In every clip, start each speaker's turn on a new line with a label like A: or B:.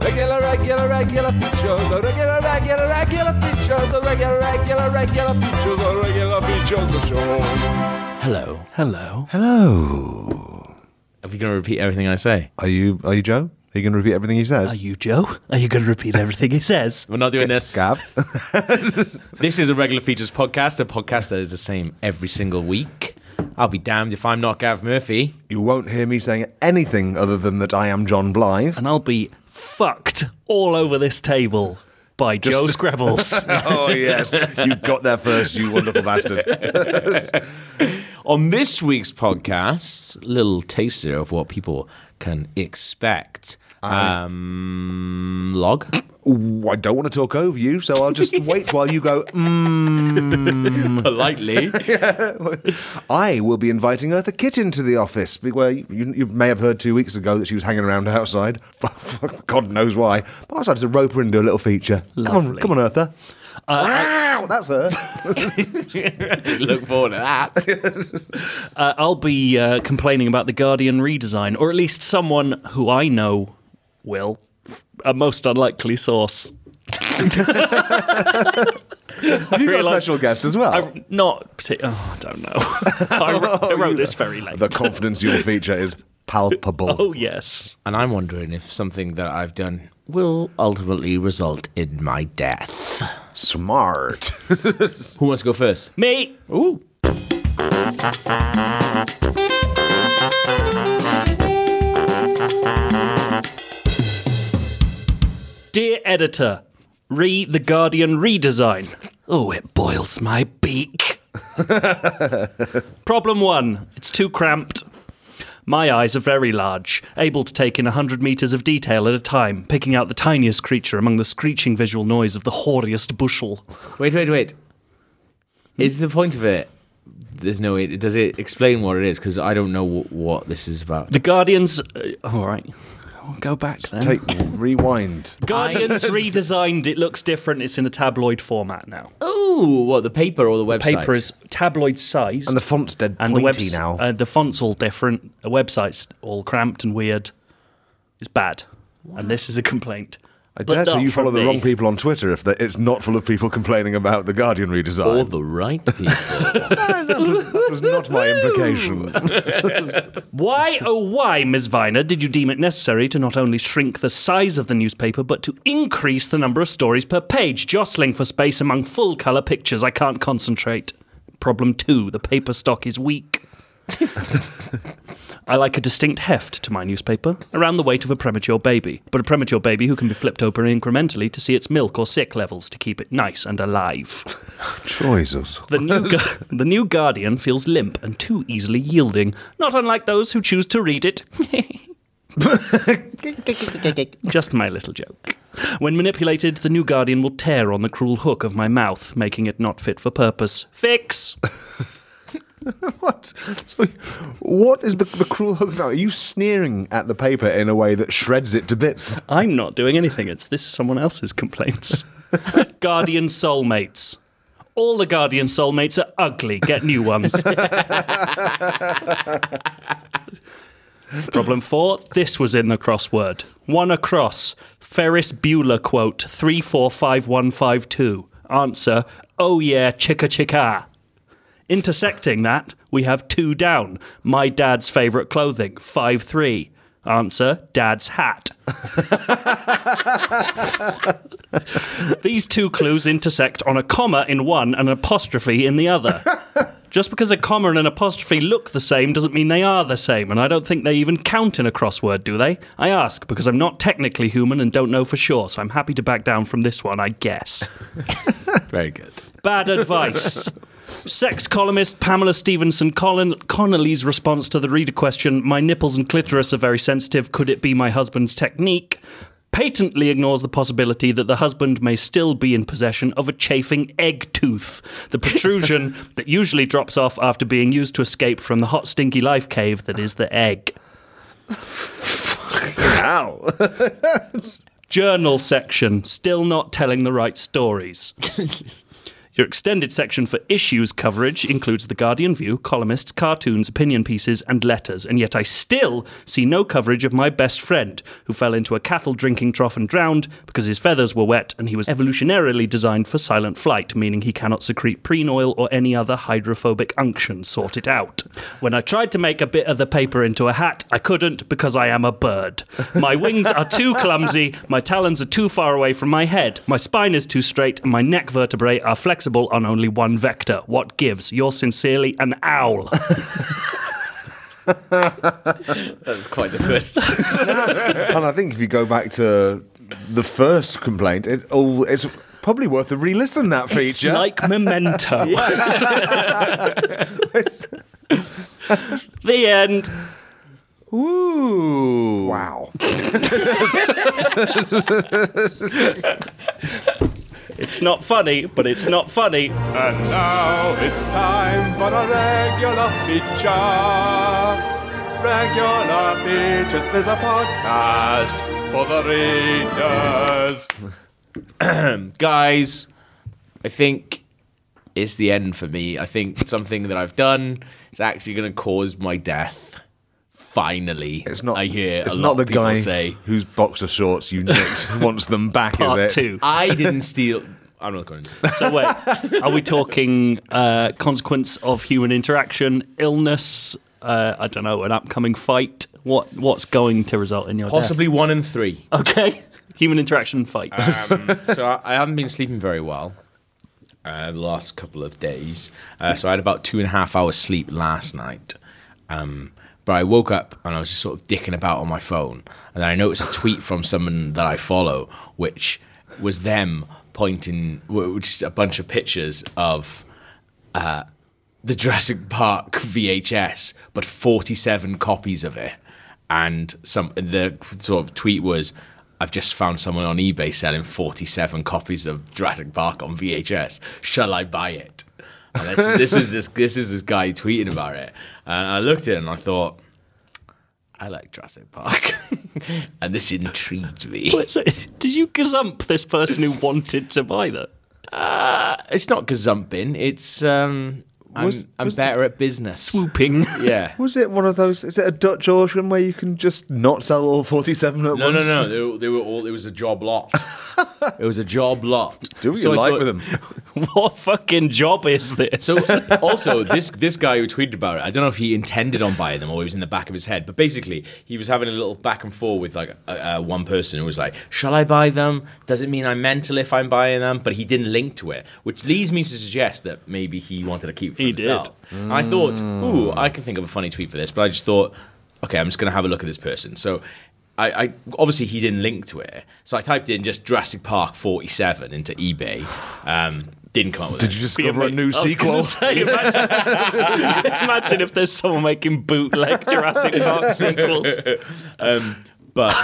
A: Regular, regular, regular features. A regular, regular, regular features. A regular, regular, regular features. A regular features. A show.
B: Hello.
C: Hello.
D: Hello.
B: Are you going to repeat everything I say?
D: Are you are you Joe? Are you going to repeat everything you
C: Are
D: said?
C: you Joe? Are you going to repeat everything he says?
B: We're not doing this.
D: Gav?
B: This is a regular features podcast, a podcast that is the same every single week. I'll be damned if I'm not Gav Murphy.
D: you won't hear me saying anything other than that I am John Blythe.
C: And I'll be fucked all over this table by Uh, Joe Scrabbles.
D: oh yes, you got there first, you wonderful bastard.
B: On this week's podcast, little taster of what people can expect. Um, log.
D: Ooh, I don't want to talk over you, so I'll just wait while you go. Mm.
B: Politely.
D: I will be inviting Eartha Kitt into the office, be- where you, you may have heard two weeks ago that she was hanging around outside. God knows why. But I decided to rope her into a little feature. Come on,
C: Lovely. Uh,
D: come on, Eartha. wow, that's her.
B: Look forward to that.
C: Uh, I'll be uh, complaining about the Guardian redesign, or at least someone who I know will. A most unlikely source.
D: Have you got a
C: realised-
D: special guest as well?
C: I, not partic- oh, I don't know. I, wrote, I wrote this very late.
D: the confidence your feature is palpable.
C: oh yes.
B: And I'm wondering if something that I've done will ultimately result in my death.
D: Smart.
B: Who wants to go first?
C: Me.
B: Ooh.
C: Dear editor, re the Guardian redesign. Oh, it boils my beak. Problem one it's too cramped. My eyes are very large, able to take in 100 metres of detail at a time, picking out the tiniest creature among the screeching visual noise of the hoariest bushel.
B: Wait, wait, wait. Is the point of it? There's no. way- Does it explain what it is? Because I don't know wh- what this is about.
C: The Guardian's. Uh, all right. I'll go back then.
D: Take rewind.
C: Guardian's redesigned. It looks different. It's in a tabloid format now.
B: Oh, what the paper or the website?
C: Paper is tabloid sized.
D: And the font's dead
C: and the
D: pointy
C: webs-
D: now.
C: uh, the font's all different. The website's all cramped and weird. It's bad, and this is a complaint.
D: I dare say you follow the wrong people on Twitter if the, it's not full of people complaining about the Guardian
B: All
D: redesign.
B: the right people.
D: that was not my implication.
C: Why, oh why, Ms. Viner, did you deem it necessary to not only shrink the size of the newspaper, but to increase the number of stories per page, jostling for space among full colour pictures? I can't concentrate. Problem two: the paper stock is weak. I like a distinct heft to my newspaper, around the weight of a premature baby, but a premature baby who can be flipped open incrementally to see its milk or sick levels to keep it nice and alive.
D: Jesus.
C: The new, gu- the new Guardian feels limp and too easily yielding, not unlike those who choose to read it. Just my little joke. When manipulated, the new Guardian will tear on the cruel hook of my mouth, making it not fit for purpose. Fix!
D: What? So, what is the, the cruel hook now? Are you sneering at the paper in a way that shreds it to bits?
C: I'm not doing anything. It's this is someone else's complaints. Guardian soulmates. All the Guardian soulmates are ugly. Get new ones. Problem four. This was in the crossword. One across. Ferris Bueller quote three four five one five two. Answer. Oh yeah, chicka chicka. Intersecting that, we have two down. My dad's favourite clothing, five three. Answer: Dad's hat. These two clues intersect on a comma in one and an apostrophe in the other. Just because a comma and an apostrophe look the same doesn't mean they are the same, and I don't think they even count in a crossword, do they? I ask because I'm not technically human and don't know for sure, so I'm happy to back down from this one, I guess.
B: Very good.
C: Bad advice. Sex columnist Pamela Stevenson Colin Connolly's response to the reader question, My nipples and clitoris are very sensitive. Could it be my husband's technique? Patently ignores the possibility that the husband may still be in possession of a chafing egg tooth, the protrusion that usually drops off after being used to escape from the hot, stinky life cave that is the egg.
D: Ow.
C: Journal section, still not telling the right stories. Your extended section for issues coverage includes The Guardian View, columnists, cartoons, opinion pieces, and letters, and yet I still see no coverage of my best friend, who fell into a cattle drinking trough and drowned because his feathers were wet and he was evolutionarily designed for silent flight, meaning he cannot secrete preen oil or any other hydrophobic unction. Sort it out. When I tried to make a bit of the paper into a hat, I couldn't because I am a bird. My wings are too clumsy, my talons are too far away from my head, my spine is too straight, and my neck vertebrae are flexible on only one vector. What gives? Yours sincerely, an owl.
B: That's quite the twist.
E: and I think if you go back to the first complaint, it all it's probably worth a re-listen that feature.
C: It's like memento.
E: It's-
C: the end.
E: Ooh. Wow.
C: It's not funny, but it's not funny.
A: And now it's time for a regular feature. Regular features. There's a podcast for the readers.
B: guys, I think it's the end for me. I think something that I've done is actually going to cause my death. Finally,
E: It's not.
B: I hear
E: it's
B: a
E: not
B: lot
E: the
B: of people
E: guy
B: say
E: whose boxer shorts you nicked wants them back.
C: Part
E: is it?
C: two.
B: I didn't steal. I'm not going to.
C: So wait, are we talking uh, consequence of human interaction, illness? Uh, I don't know, an upcoming fight. What what's going to result in your
B: Possibly one and three.
C: death? Okay, human interaction and fights.
B: Um, so I, I haven't been sleeping very well uh, the last couple of days. Uh, so I had about two and a half hours sleep last night. Um, but I woke up and I was just sort of dicking about on my phone. And then I noticed a tweet from someone that I follow, which was them pointing, w- which is a bunch of pictures of the Jurassic Park VHS, but 47 copies of it. And some the sort of tweet was, "I've just found someone on eBay selling 47 copies of Jurassic Park on VHS. Shall I buy it?" And that's, this is this this is this guy tweeting about it. And I looked at it and I thought, "I like Jurassic Park, and this intrigued me."
C: So, did you gazump this person who wanted to buy that?
B: Uh, It's not gazumping. It's um, I'm,
E: Was-
B: I'm better at business.
C: Swooping.
B: Yeah.
E: Was it one of those? Is it a Dutch auction where you can just not sell all forty-seven at
B: No, no,
E: once?
B: no. They were, they were all. It was a job lot. it was a job lot.
E: Do what
B: So
E: you
B: I
E: like
B: thought-
E: with them.
C: What fucking job is this?
B: So also this this guy who tweeted about it, I don't know if he intended on buying them or it was in the back of his head, but basically he was having a little back and forth with like uh, uh, one person who was like, "Shall I buy them? Does it mean I'm mental if I'm buying them?" But he didn't link to it, which leads me to suggest that maybe he wanted to keep for
C: He did.
B: himself. And I thought, "Ooh, I can think of a funny tweet for this," but I just thought, "Okay, I'm just gonna have a look at this person." So. I, I obviously he didn't link to it, so I typed in just Jurassic Park 47 into eBay. Um, didn't come up with it.
E: Did you discover a new
C: I was gonna
E: sequel?
C: say, imagine, imagine if there's someone making bootleg Jurassic Park sequels.
B: but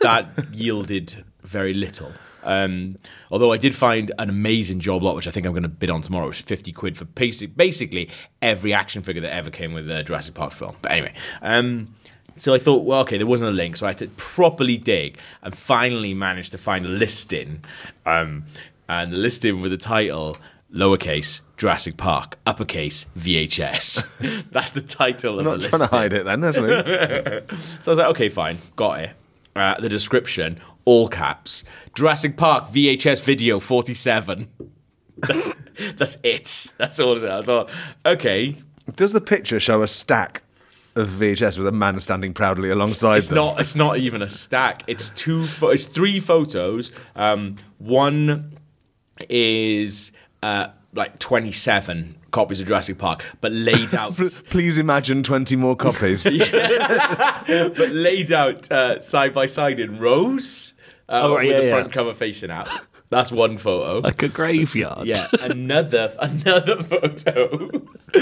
B: that yielded very little. Um, although I did find an amazing job lot, which I think I'm going to bid on tomorrow, which is 50 quid for basic, basically every action figure that ever came with a Jurassic Park film. But anyway, um, so I thought, well, okay, there wasn't a link, so I had to properly dig and finally managed to find a listing. Um, and the listing with the title, lowercase, Jurassic Park, uppercase, VHS. That's the title of
E: Not
B: the
E: trying to
B: listing.
E: hide it then, isn't it?
B: So I was like, okay, fine, got it. Uh, the description, all caps, Jurassic Park VHS video 47. That's, that's it. That's all it is. I thought, okay,
E: Does the picture show a stack of VHS with a man standing proudly alongside
B: it's
E: them?
B: not. It's not even a stack. It's two. Pho- it's three photos. Um, one is uh, like 27 copies of Jurassic Park, but laid out.
E: Please imagine twenty more copies.
B: but laid out uh, side by side in rows uh,
C: Oh, right,
B: with
C: yeah,
B: the
C: yeah.
B: front cover facing out. That's one photo.
C: Like a graveyard.
B: Yeah, another another photo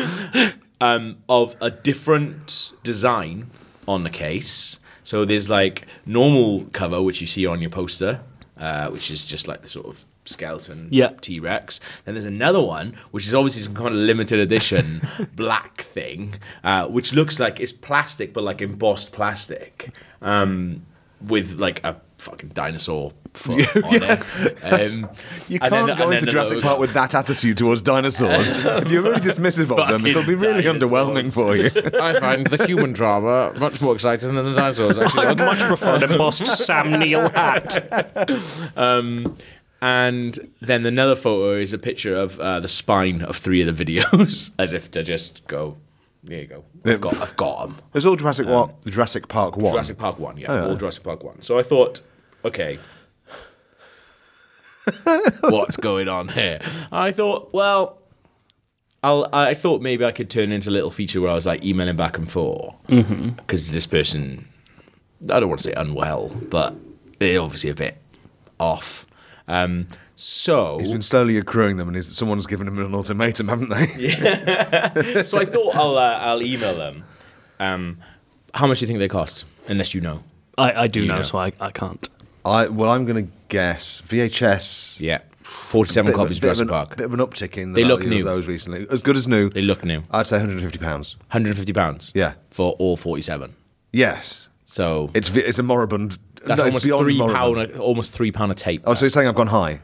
B: um, of a different design on the case. So there's like normal cover which you see on your poster, uh, which is just like the sort of skeleton
C: Yeah.
B: T Rex. Then there's another one which is obviously some kind of limited edition black thing, uh, which looks like it's plastic but like embossed plastic, um, with like a fucking dinosaur foot on it. Um,
D: You can't
B: and then-
D: go
B: and then
D: into
B: the
D: Jurassic
B: logo-
D: Park with that attitude towards dinosaurs. if you're really dismissive of them, it'll be really
B: Fucking
D: underwhelming for you.
B: I find the human drama much more exciting than the dinosaurs. Actually,
C: I'd much prefer an embossed Sam Neill hat.
B: Um, and then another photo is a picture of uh, the spine of three of the videos, as if to just go, there you go. I've got, I've got 'em."
D: There's all Jurassic Wa- Jurassic Park one.
B: Um,
D: Oh,
B: Jurassic Park one, yeah, all Jurassic Park one. So I thought, okay, what's going on here? I thought, well, I'll, I thought maybe I could turn into a little feature where I was like emailing back and forth because
D: Mm-hmm.
B: this person, I don't want to say unwell, but they're obviously a bit off. Um, so
D: He's been slowly accruing them, and is someone's given him an ultimatum, haven't they?
B: so I thought I'll uh, I'll email them. Um, how much do you think they cost? Unless you know.
C: I, I do
B: You
C: know,
B: know.
C: so I, I can't.
D: I well, I'm going to guess VHS.
B: Yeah, forty-seven
D: Bit of a-
B: copies
D: bit of
B: Jurassic
D: an-
B: Park.
D: Bit of an uptick in the
B: They look
D: value
B: new.
D: of those recently. As good as new.
B: They look new.
D: I'd say 150 pounds.
B: 150 pounds.
D: Yeah.
B: For all 47.
D: Yes,
B: So
D: it's vi- it's a moribund.
B: that's
D: no, it's
B: almost
D: beyond
B: three
D: moribund.
B: pound, a- almost three pound of tape.
D: Oh, so you're saying I've gone high?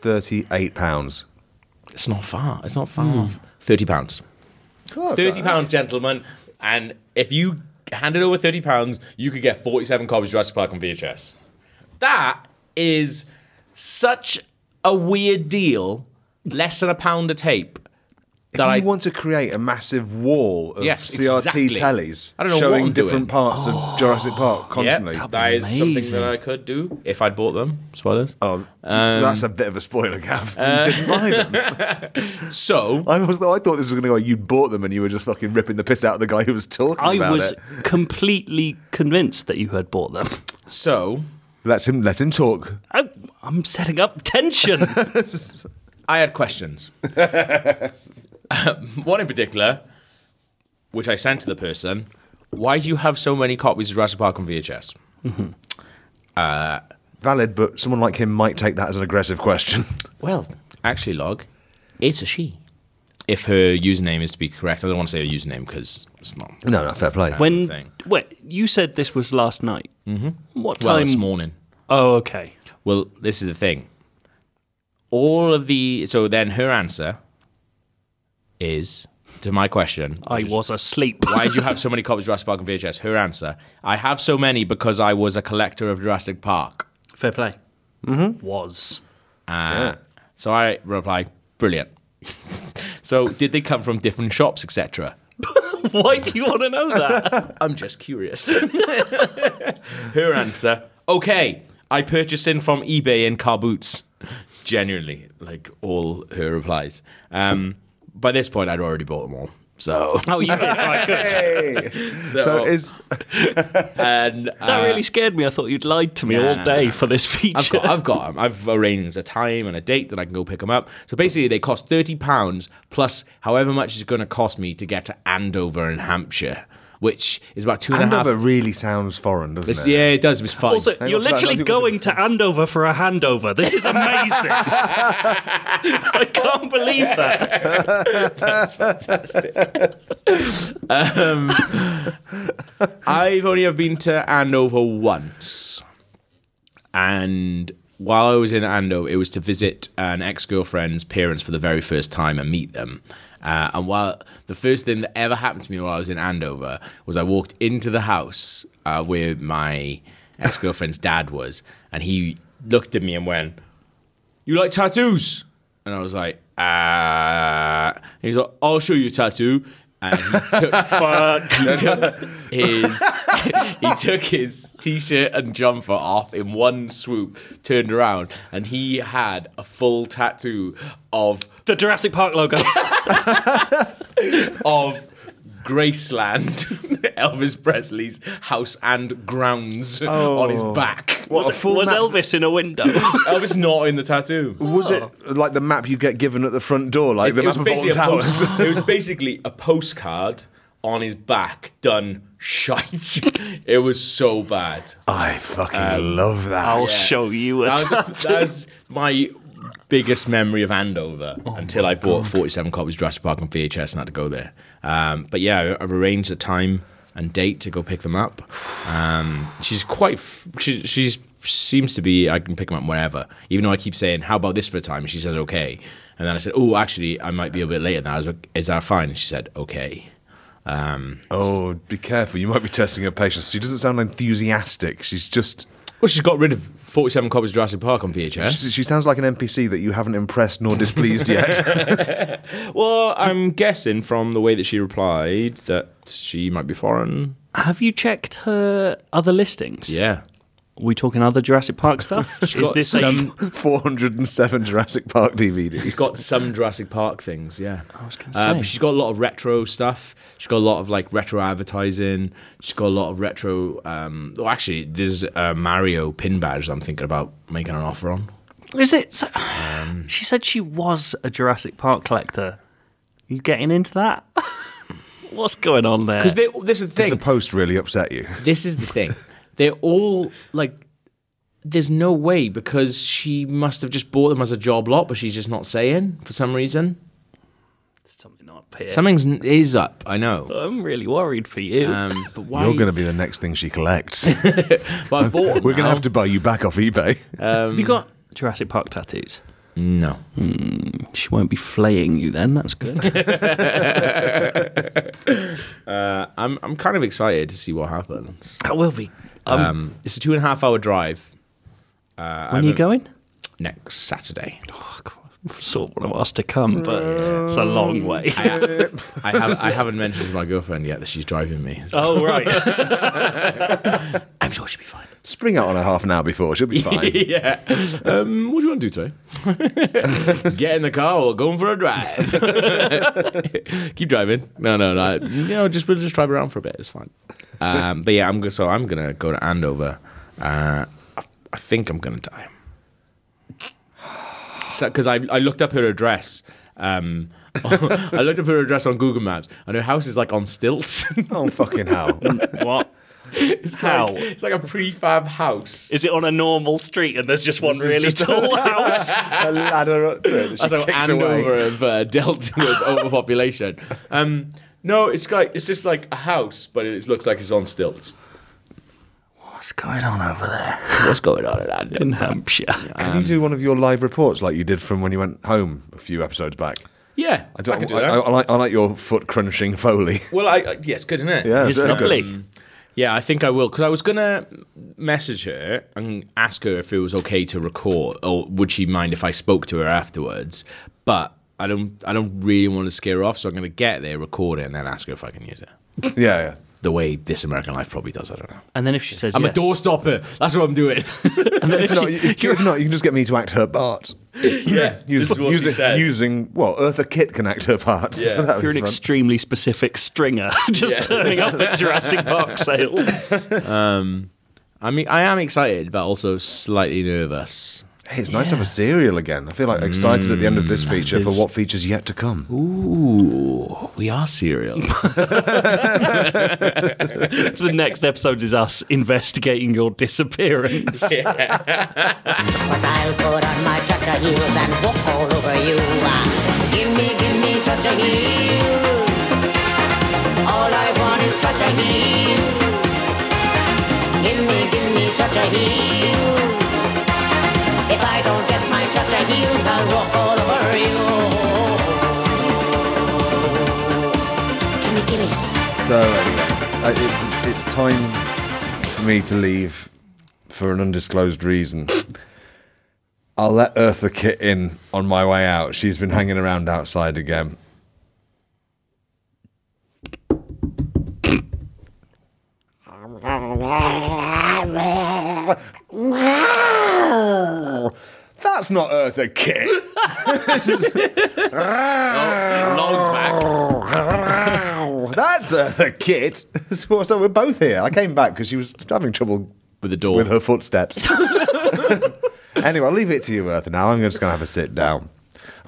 D: Thirty-eight pounds.
B: it's not far. It's not far
D: Hmm.
B: off. 30 pounds. 30 pounds, gentlemen. And if you handed over 30 pounds, you could get 47 copies of Jurassic Park on VHS. That is such a weird deal. Less than a pound a tape.
D: If
B: That
D: you
B: I,
D: want to create a massive wall of
B: Yes,
D: CRT
B: exactly.
D: tellies
B: I don't know what
D: showing
B: I'm doing. Oh,
D: different parts of Jurassic Park
B: yeah,
D: constantly.
B: that is something
C: amazing.
B: that I could do if I'd bought them. Spoilers.
D: Oh,
B: um,
D: that's a bit of a spoiler, Gav.
B: uh,
D: you didn't buy them.
B: So
D: I, was, I thought this was going to go. You bought them and you were just fucking ripping the piss out of the guy who was talking
C: I
D: about
C: was
D: it.
C: completely convinced that you had bought them.
B: so
D: Let him let him talk.
C: I, Oh, I'm setting up tension.
B: I had questions. Um, one in particular, which I sent to the person why do you have so many copies of Jurassic Park on VHS?
D: Valid, but someone like him might take that as an aggressive question.
B: Well, actually, Log, it's a she. If her username is to be correct, I don't want to say her username because it's not.
D: no, no, fair play.
C: when
B: thing.
C: wait, you said this was last night. Mm-hmm. What
B: Well,
C: time?
B: this morning.
C: oh, okay.
B: Well, this is the thing. All of the. So then her answer is to my question.
C: I was asleep.
B: Why do you have so many copies of Jurassic Park and VHS? Her answer: I have so many because I was a collector of Jurassic Park.
C: Fair play. Mm-hmm. Was.
B: Uh, So I reply, brilliant. so did they come from different shops, etc.?
C: Why do you want to know that?
B: I'm just curious. Her answer: Okay, I purchased in from eBay in car boots. Genuinely, like all her replies. Um, by this point, I'd already bought them all. So,
C: oh, you did. Right, good.
B: so,
D: so is
B: and
C: That really scared me. I thought you'd lied to me
B: nah,
C: all
B: nah,
C: day
B: nah.
C: for this
B: I've
C: feature.
B: got, I've got 'em. I've arranged a time and a date that I can go pick them up. So basically, they cost thirty pounds plus however much it's going to cost me to get to Andover in Hampshire, which is about two and a half.
D: Andover really sounds foreign, doesn't
B: It's-
D: it?
B: yeah, it does. It's fine.
C: also, you're
D: on, so
C: literally
D: I know people
C: going to Andover for a handover. This is amazing. I can't believe that.
B: I've only ever been to Andover once, and while I was in Andover, it was to visit an ex-girlfriend's parents for the very first time and meet them. Uh, and while the first thing that ever happened to me while I was in Andover was I walked into the house uh, where my ex-girlfriend's dad was, and he looked at me and went, you like tattoos? And I was like, ah. And he's like, I'll show you a tattoo. And he took, he took his he took his t-shirt and jumper off in one swoop, turned around, and he had a full tattoo of
C: The Jurassic Park logo.
B: of Graceland, Elvis Presley's house and grounds on
D: Oh.
B: his back.
D: What a
C: was
D: full
C: was
D: map.
C: Elvis in a window?
B: Elvis not in the tattoo.
D: Was it like the map you get given at the front door, like the
B: Oh.
D: map
B: it,
D: of
B: was
D: Alton
B: basically a
D: Towers?
B: post, it was basically a postcard on his back done shite. it was so bad.
D: I fucking love that.
C: I'll show you a
B: That was,
C: tattoo.
B: the- that was my biggest memory of Andover until I bought 47 copies of Jurassic Park on VHS and had to go there. Um, but yeah, I- I've arranged a time. and date to go pick them up. Um, she's quite. F- she she's seems to be. I can pick them up wherever. Even though I keep saying, "How about this for a time?" She says, "Okay." And then I said, "Oh, actually, I might be a bit later." Now, is that fine? And she said, "Okay." Um,
D: Oh, be careful. You might be testing her patience. She doesn't sound enthusiastic. She's just.
B: well, she's got rid of forty-seven copies of Jurassic Park on VHS.
D: She, she sounds like an NPC that you haven't impressed nor displeased yet.
B: Well, I'm guessing from the way that she replied that she might be foreign.
C: Have you checked her other listings?
B: Yeah.
C: Are we talking other Jurassic Park stuff? Is
B: got
C: this
B: some-
C: a,
D: 407 Jurassic Park DVDs.
B: Got some Jurassic Park things, yeah. I
C: was gonna say.
B: but she's got a lot of retro stuff. She's got a lot of like retro advertising. She's got a lot of retro. Um, well, actually, there's a Mario pin badge that I'm thinking about making an offer on.
C: Is it? So, she said she was a Jurassic Park collector. You getting into that? What's going on there?
B: Because this is the thing.
D: The post really upset you.
B: this is the thing. They're all like, there's no way because she must have just bought them as a job lot, but she's just not saying for some reason.
C: Something up here.
B: Something's is up. I know.
C: I'm really worried for you.
B: Um, but why?
D: You're going to be the next thing she collects.
B: But I bought them
D: We're going to
B: now.
D: have to buy you back off eBay.
C: Have you got Jurassic Park tattoos?
B: No.
C: She won't be flaying you then. That's good.
B: I'm I'm kind of excited to see what happens.
C: that will be. Um,
B: Um, it's a two and a half hour drive
C: when are you going?
B: next Saturday.
C: Oh, God. Sort of want us to come, but it's a long way.
B: I, I have I haven't mentioned to my girlfriend yet that she's driving me.
C: oh right. I'm sure she'll be fine.
D: Spring out on her half an hour before. She'll be fine.
B: yeah. Um, what do you want to do today? Get in the car or going for a drive. Keep driving. No, no, no. You know, just we'll just drive around for a bit. It's fine. Um, but yeah, I'm go- so I'm gonna go to Andover. Uh, I, I think I'm gonna die. Because I I looked up her address. Um, I looked up her address on Google Maps, and her house is like on stilts.
D: oh, fucking hell.
C: What? How?
B: Like, it's like a prefab house.
C: Is it on a normal street and there's just one really tall house?
D: a ladder up to it. That she
B: so
D: kicks away.
B: Andover have uh, dealt with overpopulation. Um, no, it's like it's just like a house, but it looks like it's on stilts.
C: What's going on over there
B: What's going on in Andover?
C: in Hampshire?
D: Can you do one of your live reports like you did from when you went home a few episodes back?
B: Yeah, I,
D: I don't. I,
B: can do that.
D: I, like, I like your foot crunching foley.
B: well, I, I yes, good isn't it?
D: Yeah,
C: It's
D: very good.
C: lovely.
B: yeah. I think I will because I was gonna message her and ask her if it was okay to record, or would she mind if I spoke to her afterwards? But I don't. I don't really want to scare her off, so I'm gonna get there, record it, and then ask her if I can use it.
D: Yeah, yeah.
B: The way This American Life probably does, I don't know.
C: And then if she says
B: I'm
C: yes,
B: a doorstopper. That's what I'm doing.
C: and then if
D: No,
C: she-
D: you, you- if not, you can just get me to act her part.
B: yeah,
D: Use-
B: this is what she
D: using,
B: said.
D: using well, Eartha Kitt can act her parts.
B: Yeah.
D: That'd be
C: you're an
D: fun.
C: extremely specific stringer, just turning up at Jurassic Park sales.
B: I mean, I am excited, but also slightly nervous.
D: Hey, it's nice to have a serial again. I feel like excited at the end of
B: Mm,
D: this feature for what features yet to come.
B: Ooh, Oh, we are serial.
C: the next episode is us investigating your disappearance.
F: Cause I'll put on my cha-cha heels and walk all over you. Ah, Give me, give me cha-cha heels. All I want is cha-cha heels. Give me, give me cha-cha heels. If I don't get my cha-cha heels, I'll walk all over you. Gimme, gimme.
D: So anyway, I, it, it's time for me to leave for an undisclosed reason. I'll let Eartha Kitt in on my way out. She's been hanging around outside again. That's not Eartha Kitt.
B: Logs back.
D: That's Eartha Kitt. So, so we're both here. I came back because she was having trouble
B: With the door.
D: with her footsteps. anyway, I'll leave it to you, Eartha. Now I'm just going to have a sit down.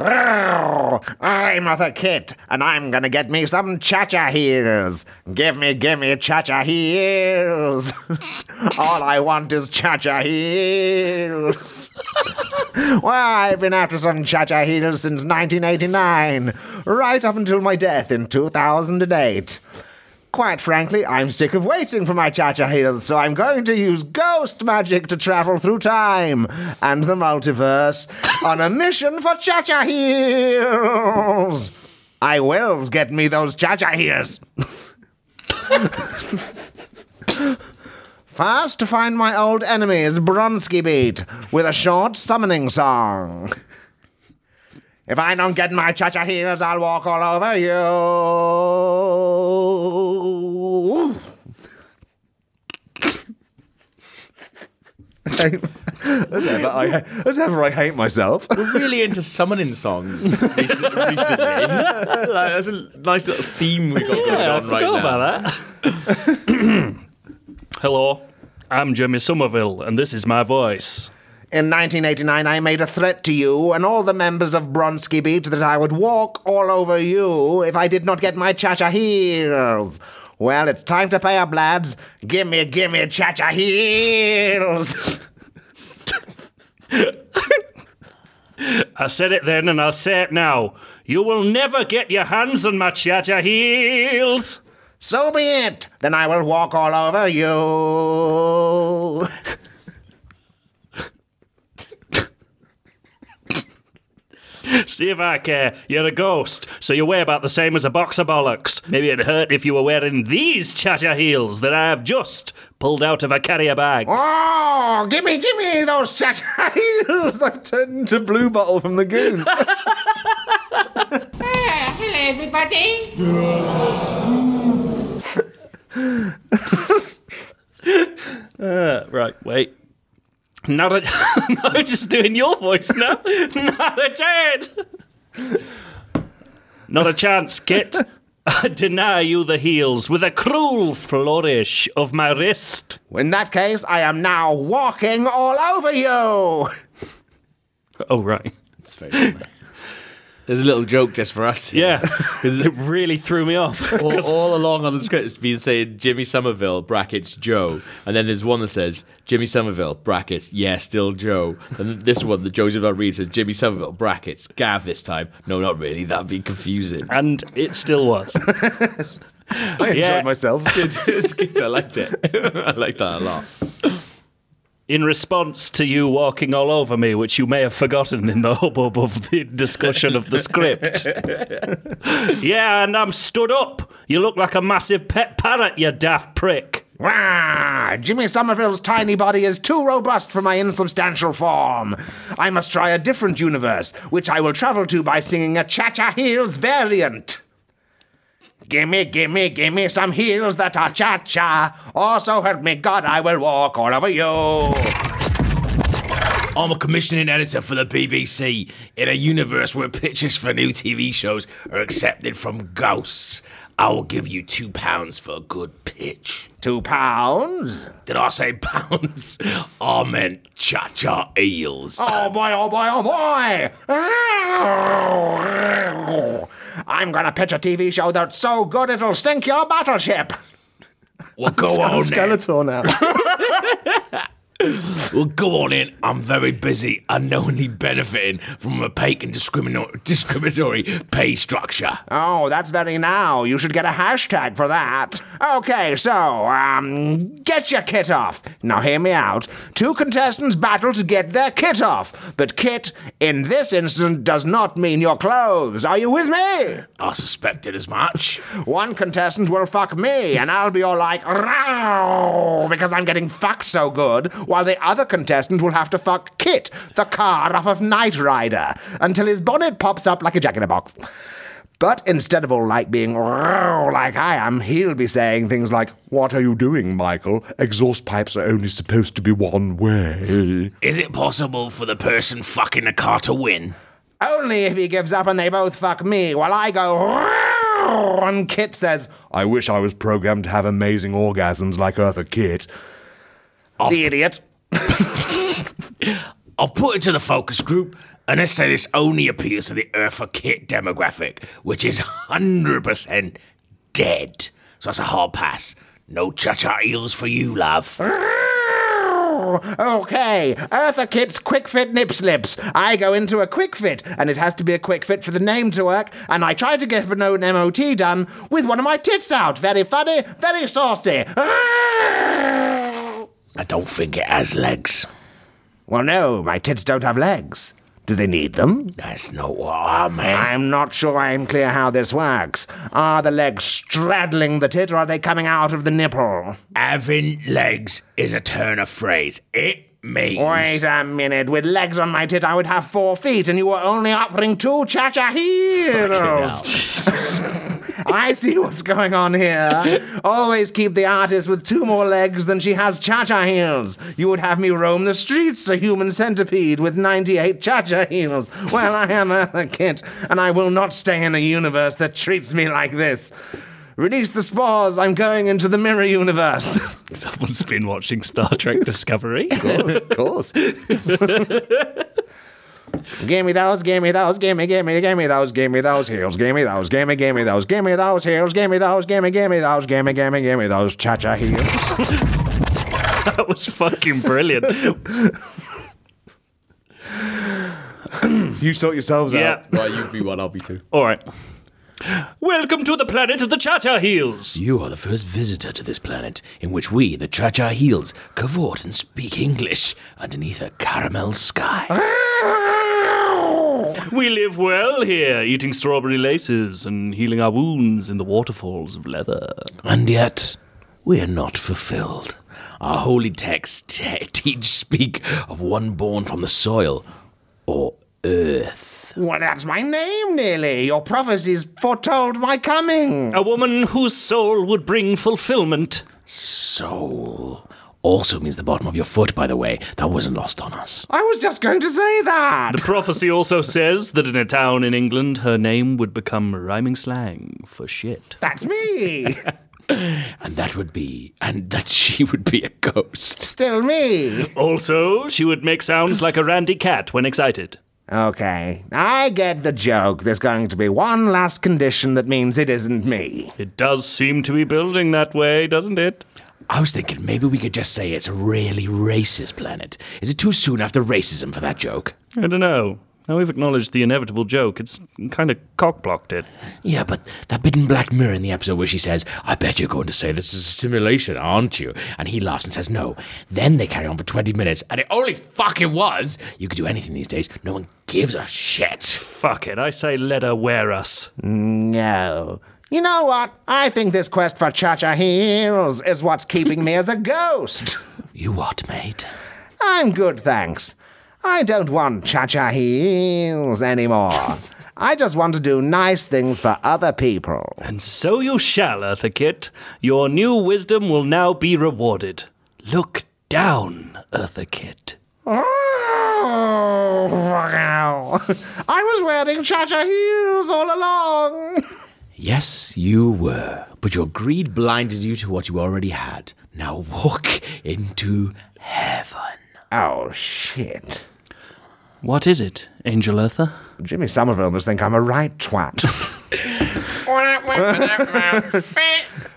G: I'm Arthur Kit, and I'm gonna get me some cha-cha heels. Give me, give me cha-cha heels. All I want is cha-cha heels. well, I've been after some cha-cha heels since 1989, right up until my death in 2008.
D: Quite frankly, I'm sick of waiting for my cha cha heels, so I'm going to use ghost magic to travel through time and the multiverse on a mission for cha cha heels. I wills get me those cha cha heels. First, to find my old enemies, Bronsky Beat, with a short summoning song. If I don't get my cha cha heels, I'll walk all over you.
E: As ever, I, as ever, I hate myself.
B: We're really into summoning songs recent- recently. Like, that's a nice little theme we got going
C: Yeah, I
B: on right
C: forgot
B: now.
C: about that. Hello, I'm Jimmy Somerville, and this is my voice.
D: In 1989, I made a threat to you and all the members of Bronsky Beat that I would walk all over you if I did not get my cha cha heels. Well, it's time to pay up, lads. Gimme, gimme cha cha heels.
C: I said it then, and I'll say it now. You will never get your hands on my cha-cha heels.
D: so be it. Then I will walk all over you.
C: See if I care. You're a ghost, so you weigh about the same as a box of bollocks. Maybe it'd hurt if you were wearing these cha-cha heels that I have just pulled out of a carrier bag.
D: Oh, gimme, gimme those cha cha heels.
E: I've turned into Blue Bottle from the Goons.
H: Ah, hello, everybody.
C: Right, wait. Not a. I'm just doing your voice now. Not a chance. Not a chance, Kit. I deny you the heels with a cruel flourish of my wrist.
D: In that case, I am now walking all over you.
C: Oh, right.
B: That's very funny. There's a little joke just for us.
C: Yeah,
B: here.
C: 'cause it really threw me off.
B: All,
C: 'Cause-
B: all along on the script, it's been saying Jimmy Somerville brackets Joe, and then there's one that says Jimmy Somerville brackets Yeah, still Joe, and this one that Joseph L. Reed says Jimmy Somerville brackets Gav this time. No, not really. That'd be confusing.
C: and it still was.
E: I
C: Yeah.
E: enjoyed myself.
B: It's- it's good. I liked it. I liked that a lot.
C: In response to you walking all over me, which you may have forgotten in the hubbub of the discussion of the script. yeah, and I'm stood up. You look like a massive pet parrot, you daft prick.
D: Rah! Jimmy Somerville's tiny body is too robust for my insubstantial form. I must try a different universe, which I will travel to by singing a Cha Cha Heels variant. Gimme, gimme, gimme some heels that are cha cha. Also, help me God, I will walk all over you.
B: I'm a commissioning editor for the BBC in a universe where pitches for new TV shows are accepted from ghosts. I will give you two pounds for a good pitch.
D: Two pounds?
B: Did I say pounds? I meant cha cha eels.
D: Oh boy, oh boy, oh oh, boy! I'm gonna pitch a TV show that's so good it'll sink your battleship!
B: Well, go on in.
E: Skeletor now.
B: Well, go on in. I'm very busy and only benefiting from a opaque and discriminatory, discriminatory pay structure.
D: Oh, that's very now. You should get a hashtag for that. Okay, so, um, get your kit off. Now, hear me out. Two contestants battle to get their kit off, but kit, in this instance, does not mean your clothes. Are you with me?
B: I suspected as much.
D: One contestant will fuck me, and I'll be all like, "Row," because I'm getting fucked so good, while the other contestant will have to fuck Kit, the car off of Knight Rider, until his bonnet pops up like a jack in a box. But instead of all like being "Row," like I am, he'll be saying things like,
E: what are you doing, Michael? Exhaust pipes are only supposed to be one way.
B: Is it possible for the person fucking the car to win?
D: only if he gives up and they both fuck me, while I go, "Row," and Kit says,
E: I wish I was programmed to have amazing orgasms like Eartha Kitt.
D: the idiot.
B: I've put it to the focus group, and they say this only appeals to the Eartha Kit demographic, which is 100% dead. So that's a hard pass. No cha cha eels for you, love.
D: Row. okay. Eartha Kitt's Quick Fit Nip Slips. I go into a Quick Fit, and it has to be a Quick Fit for the name to work, and I try to get an MOT done with one of my tits out. Very funny, very saucy.
B: I don't think it has legs.
D: Well, no, my tits don't have legs. Do they need them?
B: That's not what I meant.
D: I'm not sure I'm clear how this works. Are the legs straddling the tit, or are they coming out of the nipple?
B: Having legs is a turn of phrase. It means.
D: Wait a minute. With legs on my tit, I would have four feet, and you were only offering two cha cha heels. I see what's going on here. Always keep the artist with two more legs than she has cha cha heels. You would have me roam the streets, a human centipede with 98 cha cha heels. Well, I am Eartha Kitt, and I will not stay in a universe that treats me like this. Release the spores. I'm going into the mirror universe.
C: Someone's been watching Star Trek Discovery.
E: of course.
D: Gimme those, gimme those, gimme, gimme, gimme those, gimme those heels, gimme those, gimme, gimme those, gimme those heels, gimme those, gimme, gimme those, gimme, gimme, gimme those cha cha heels.
C: that was fucking brilliant.
E: You sort yourselves
C: yeah.
B: Right, you be one, I'll be two.
C: All right. Welcome to the planet of the Cha-Cha Heels.
I: You are the first visitor to this planet in which we, the Cha-Cha Heels, cavort and speak English underneath a caramel sky.
D: Oh,
C: We live well here, eating strawberry laces and healing our wounds in the waterfalls of leather.
I: And yet, we are not fulfilled.
B: Our holy texts te- teach speak of one born from the soil or earth.
D: Well, that's my name, nearly. Your prophecies foretold my coming.
C: A woman whose soul would bring fulfillment.
B: Soul also means the bottom of your foot, by the way. That wasn't lost on us.
D: I was just going to say that.
C: The prophecy also says that in a town in England, her name would become rhyming slang for shit.
D: That's me.
B: And that would be, and that she would be a ghost.
D: Still me.
C: Also, she would make sounds like a randy cat when excited.
D: Okay, I get the joke. There's going to be one last condition that means it isn't me.
C: It does seem to be building that way, doesn't it?
B: I was thinking maybe we could just say it's a really racist planet. Is it too soon after racism for that joke?
C: I don't know. Now we've acknowledged the inevitable joke. It's kind of cock-blocked it.
B: Yeah, but that bit in Black Mirror in the episode where she says, I bet you're going to say this is a simulation, aren't you? And he laughs and says, No. Then they carry on for 20 minutes, and it only fucking was. You could do anything these days. No one gives a shit.
C: Fuck it. I say let her wear us.
D: No. You know what? I think this quest for cha cha heels is what's keeping me as a ghost.
B: You what, mate?
D: I'm good, thanks. I don't want cha cha heels anymore. I just want to do nice things for other people.
C: And so you shall, Eartha Kitt. Your new wisdom will now be rewarded. Look down, Eartha Kitt.
D: Oh, fucking hell. I was wearing cha cha heels all along.
B: Yes, you were. But your greed blinded you to what you already had. Now walk into heaven.
D: Oh, shit.
C: What is it, Angel Eartha?
D: Jimmy Somerville must think I'm a right twat.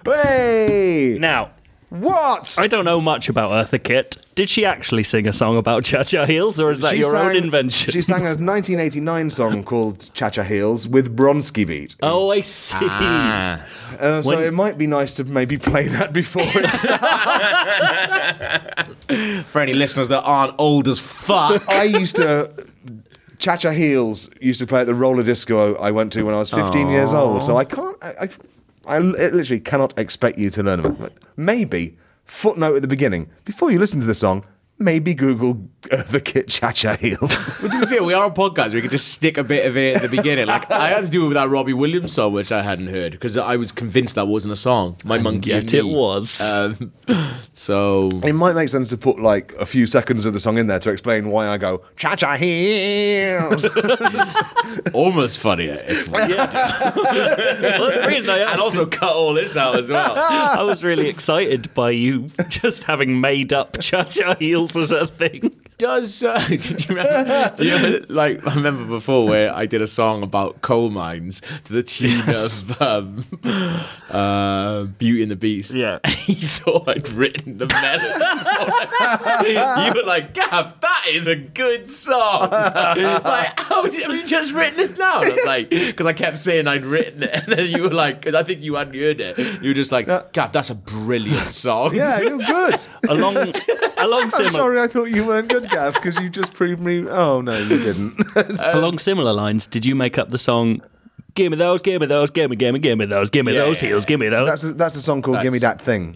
D: Hey!
C: Now,
D: What?
C: I don't know much about Eartha Kitt. Did she actually sing a song about Cha Cha Heels, or is that
E: She
C: your own
E: sang-
C: invention?
E: She sang a 1989 song called Cha Cha Heels with Bronsky beat.
C: Oh, I see.
E: Uh, so
C: when-
E: it might be nice to maybe play that before it starts.
B: For any listeners that aren't old as fuck.
E: I used to. Cha Cha Heels used to play at the roller disco I went to when I was 15 years old. So I can't. I, I, I literally cannot expect you to learn them. But Maybe, footnote at the beginning, before you listen to the song, maybe Google uh, the Kit Cha Cha Heels.
B: But to be fair, we are a podcast. We could just stick a bit of it at the beginning. Like I had to do it with that Robbie Williams song, which I hadn't heard because I was convinced that wasn't a song. My monkey.
C: yet
B: and
C: it
B: Me.
C: was.
B: Um, so
E: It might make sense to put like a few seconds of the song in there to explain why I go
D: Cha cha heels.
B: almost funnier. If we
C: Well, the reason I
B: and
C: asked,
B: also cut all this out as well.
C: I was really excited by you just having made up Cha Cha Heels as a thing.
B: does. Uh, did you remember, do you remember- like I remember before where I did a song about coal mines to the tune of um, uh, Beauty and the Beast.
C: Yeah.
B: he thought I'd written the melody. you were like, Gav, that is a good song. like, how did, have you just written this now? And I was like, because I kept saying I'd written it, and then you were like, because I think you hadn't heard it. You were just like, Gav, that's a brilliant song.
E: Yeah, you're good.
C: Along, along
E: I'm
C: similar,
E: sorry, I thought you weren't good, Gav, because you just proved me. Oh no, you didn't.
C: uh, along similar lines, did you make up the song? Give me those, give me those, give me, give me, give me those, give me
B: Yeah,
C: those
B: yeah,
C: heels, give me those.
E: That's a, that's a song called "Gimme That Thing."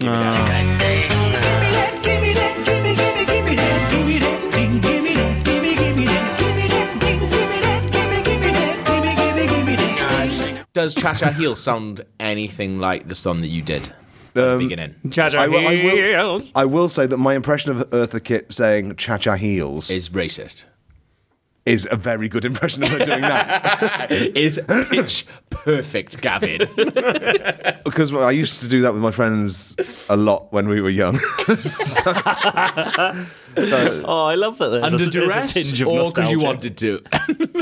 B: Does Cha Cha Heel sound anything like the song that you did at the
E: Um,
B: beginning?
C: Cha cha
E: I will- I will-
C: heels.
E: I will say that my impression of Eartha Kitt saying "Cha Cha Heels"
B: Is
E: is,
B: racist.
E: a very good impression of her doing that
B: Is pitch perfect, Gavin.
E: because I used to do that with my friends a lot when we were young.
C: Oh, I love that. There's a,
B: Under
C: there's
B: duress,
C: a tinge of
B: or because
C: nostalgia.
B: you wanted to.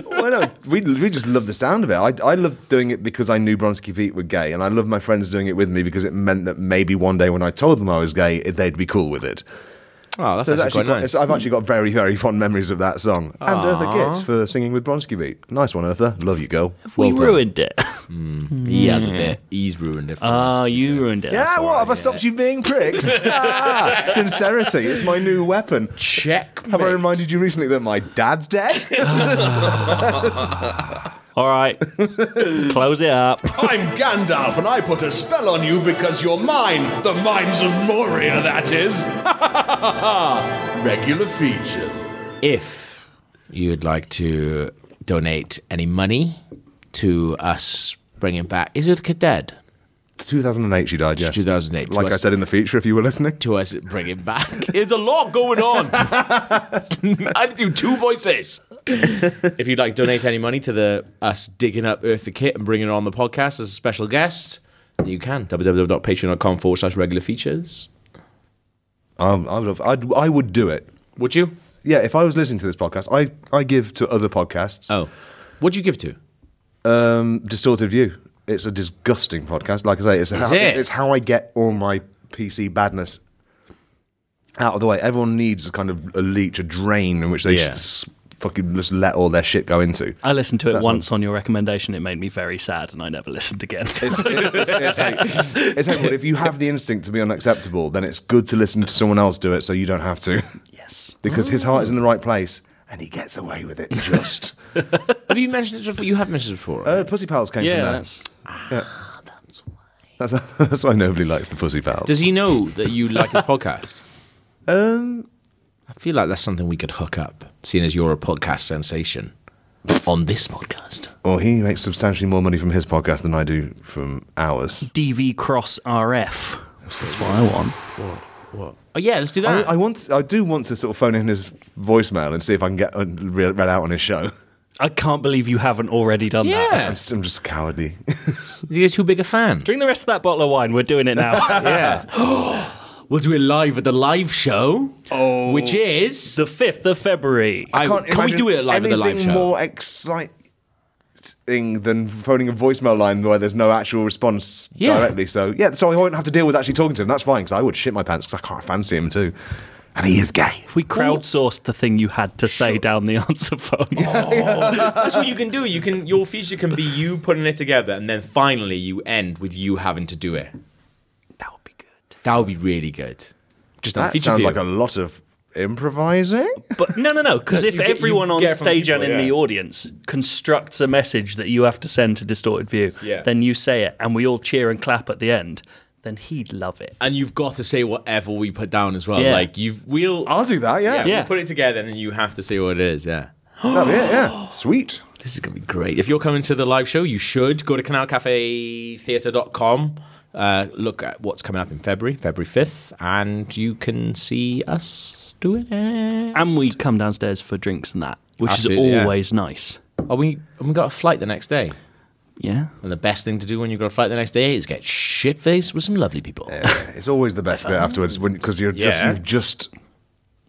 E: well, no, we, we just loved the sound of it. I, I loved doing it because I knew Bronski Pete were gay, and I loved my friends doing it with me because it meant that maybe one day when I told them I was gay, they'd be cool with it.
B: Oh, that's
E: So it's
B: actually,
E: actually
B: quite
E: quite-
B: nice.
E: it's- I've actually got very, very fond memories of that song. And Eartha Kitt for singing with Bronski Beat. Nice one, Eartha. Love you, girl.
C: We
B: Well done.
C: ruined it.
B: He has a bit. He's ruined it. For us.
C: Ah, you ruined it.
E: Yeah,
C: That's
E: what? Have I stopped you being pricks? Ah, sincerity. It's my new weapon.
B: Check.
E: Have I reminded you recently that my dad's dead?
C: All right, close it up.
J: I'm Gandalf, and I put a spell on you because you're mine. The mines of Moria, that is. Regular features.
B: If you would like to donate any money to us bringing back, is it dead?
E: 2008 she died, yes.
B: 2008.
E: Like
B: to
E: I
B: us-
E: said in the feature, if you were listening.
B: to us bringing back. There's a lot going on. I had to do two voices. if you'd like to donate any money to the us digging up Earth the Kit and bringing her on the podcast as a special guest, you can. www.patreon.com forward slash regular features.
E: Um, I, would have, I'd, I would do it.
B: Would you?
E: Yeah, if I was listening to this podcast, I, I give to other podcasts.
B: Oh. What'd you give to?
E: Um, Distorted View. It's a disgusting podcast. Like I say, it's how,
B: it?
E: it's how I get all my PC badness out of the way. Everyone needs a kind of a leech, a drain in which they
B: Yeah.
E: just fucking just let all their shit go into.
C: I listened to it once on your recommendation. It made me very sad, and I never listened again.
E: It's, it's, it's, like- it's like, well, if you have the instinct to be unacceptable, then it's good to listen to someone else do it so you don't have to.
C: yes.
E: Because his heart is in the right place and he gets away with it just.
B: Have you mentioned this before? You have mentioned this before.
E: uh, Pussy Pals came
C: Yeah,
E: from there.
C: that's
E: That's, that's why nobody likes the Pussy Pals.
B: Does he know that you like his podcast?
E: um,
B: I feel like that's something we could hook up, seeing as you're a podcast sensation on this podcast.
E: Well, he makes substantially more money from his podcast than I do from ours.
C: DV Cross RF. That's what I want.
B: Oh, yeah, let's do
E: I,
B: that.
E: I want, I do want to sort of phone in his voicemail and see if I can get uh, re- read out on his show.
C: I can't believe you haven't already done that.
E: I'm, just, I'm just cowardly.
B: You're too big a fan.
C: Drink the rest of that bottle of wine. We're doing it now.
B: Yeah. we'll do it live at the live show. Oh. Which is.
C: the 5th of February.
B: I can we
E: imagine
B: do it live at the live
E: anything
B: show?
E: More exciting than phoning a voicemail line where there's no actual response
B: Yeah.
E: directly. So yeah, so I won't have to deal with actually talking to him. That's fine because I would shit my pants because I can't fancy him too, and he is gay.
C: If we crowdsourced the thing you had to say down the answer phone.
B: That's what you can do. You can Your feature can be you putting it together, and then finally you end with you having to do it.
C: That would be good.
B: That would be really good. Just another
E: That
B: feature
E: sounds
B: for you.
E: like a lot of improvising.
C: But no, no, no. Because if
B: you get- you
C: everyone on
B: get from
C: stage
B: people,
C: and in
B: yeah.
C: the audience constructs a message that you have to send to Distorted View,
B: Yeah.
C: then you say it and we all cheer and clap at the end, then he'd love it.
B: and you've got to say whatever we put down as well.
C: Yeah.
B: Like you've we'll
E: I'll do that.
B: yeah,
E: Yeah,
C: Yeah.
B: We'll put it together, and then you have to say what it is. Yeah,
E: That'd be it, yeah. Sweet.
B: this is gonna be great. If you're coming to the live show, you should go to canalcafetheatre.com. Uh, look at what's coming up in February, February 5th, and you can see us doing it.
C: And we come downstairs for drinks and that, which
B: Absolutely,
C: is
B: yeah.
C: always nice.
B: Oh, we, and we got a flight the next day.
C: Yeah.
B: And the best thing to do when you've got a flight the next day is get shit faced with some lovely people.
E: Yeah, it's always the best bit afterwards because you're just
B: Yeah.
E: you've just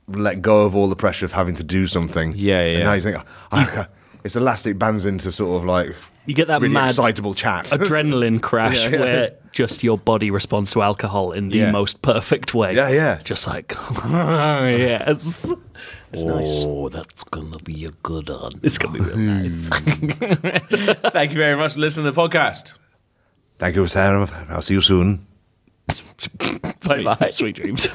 E: let go of all the pressure of having to do something.
B: Yeah, yeah,
E: And now
B: yeah.
E: you think, oh, okay. it's elastic bands into sort of like
C: You get that
E: really
C: mad
E: excitable chat.
C: adrenaline crash
E: Yeah, yeah.
C: where just your body responds to alcohol in the
B: Yeah.
C: most perfect way.
E: Yeah, yeah.
C: Just like, yes. It's nice.
I: Oh, that's gonna be a good one.
C: It's going to be real nice.
B: Thank you very much for listening to the podcast.
E: Thank you, Sarah. I'll see you soon.
C: Bye bye. Sweet dreams.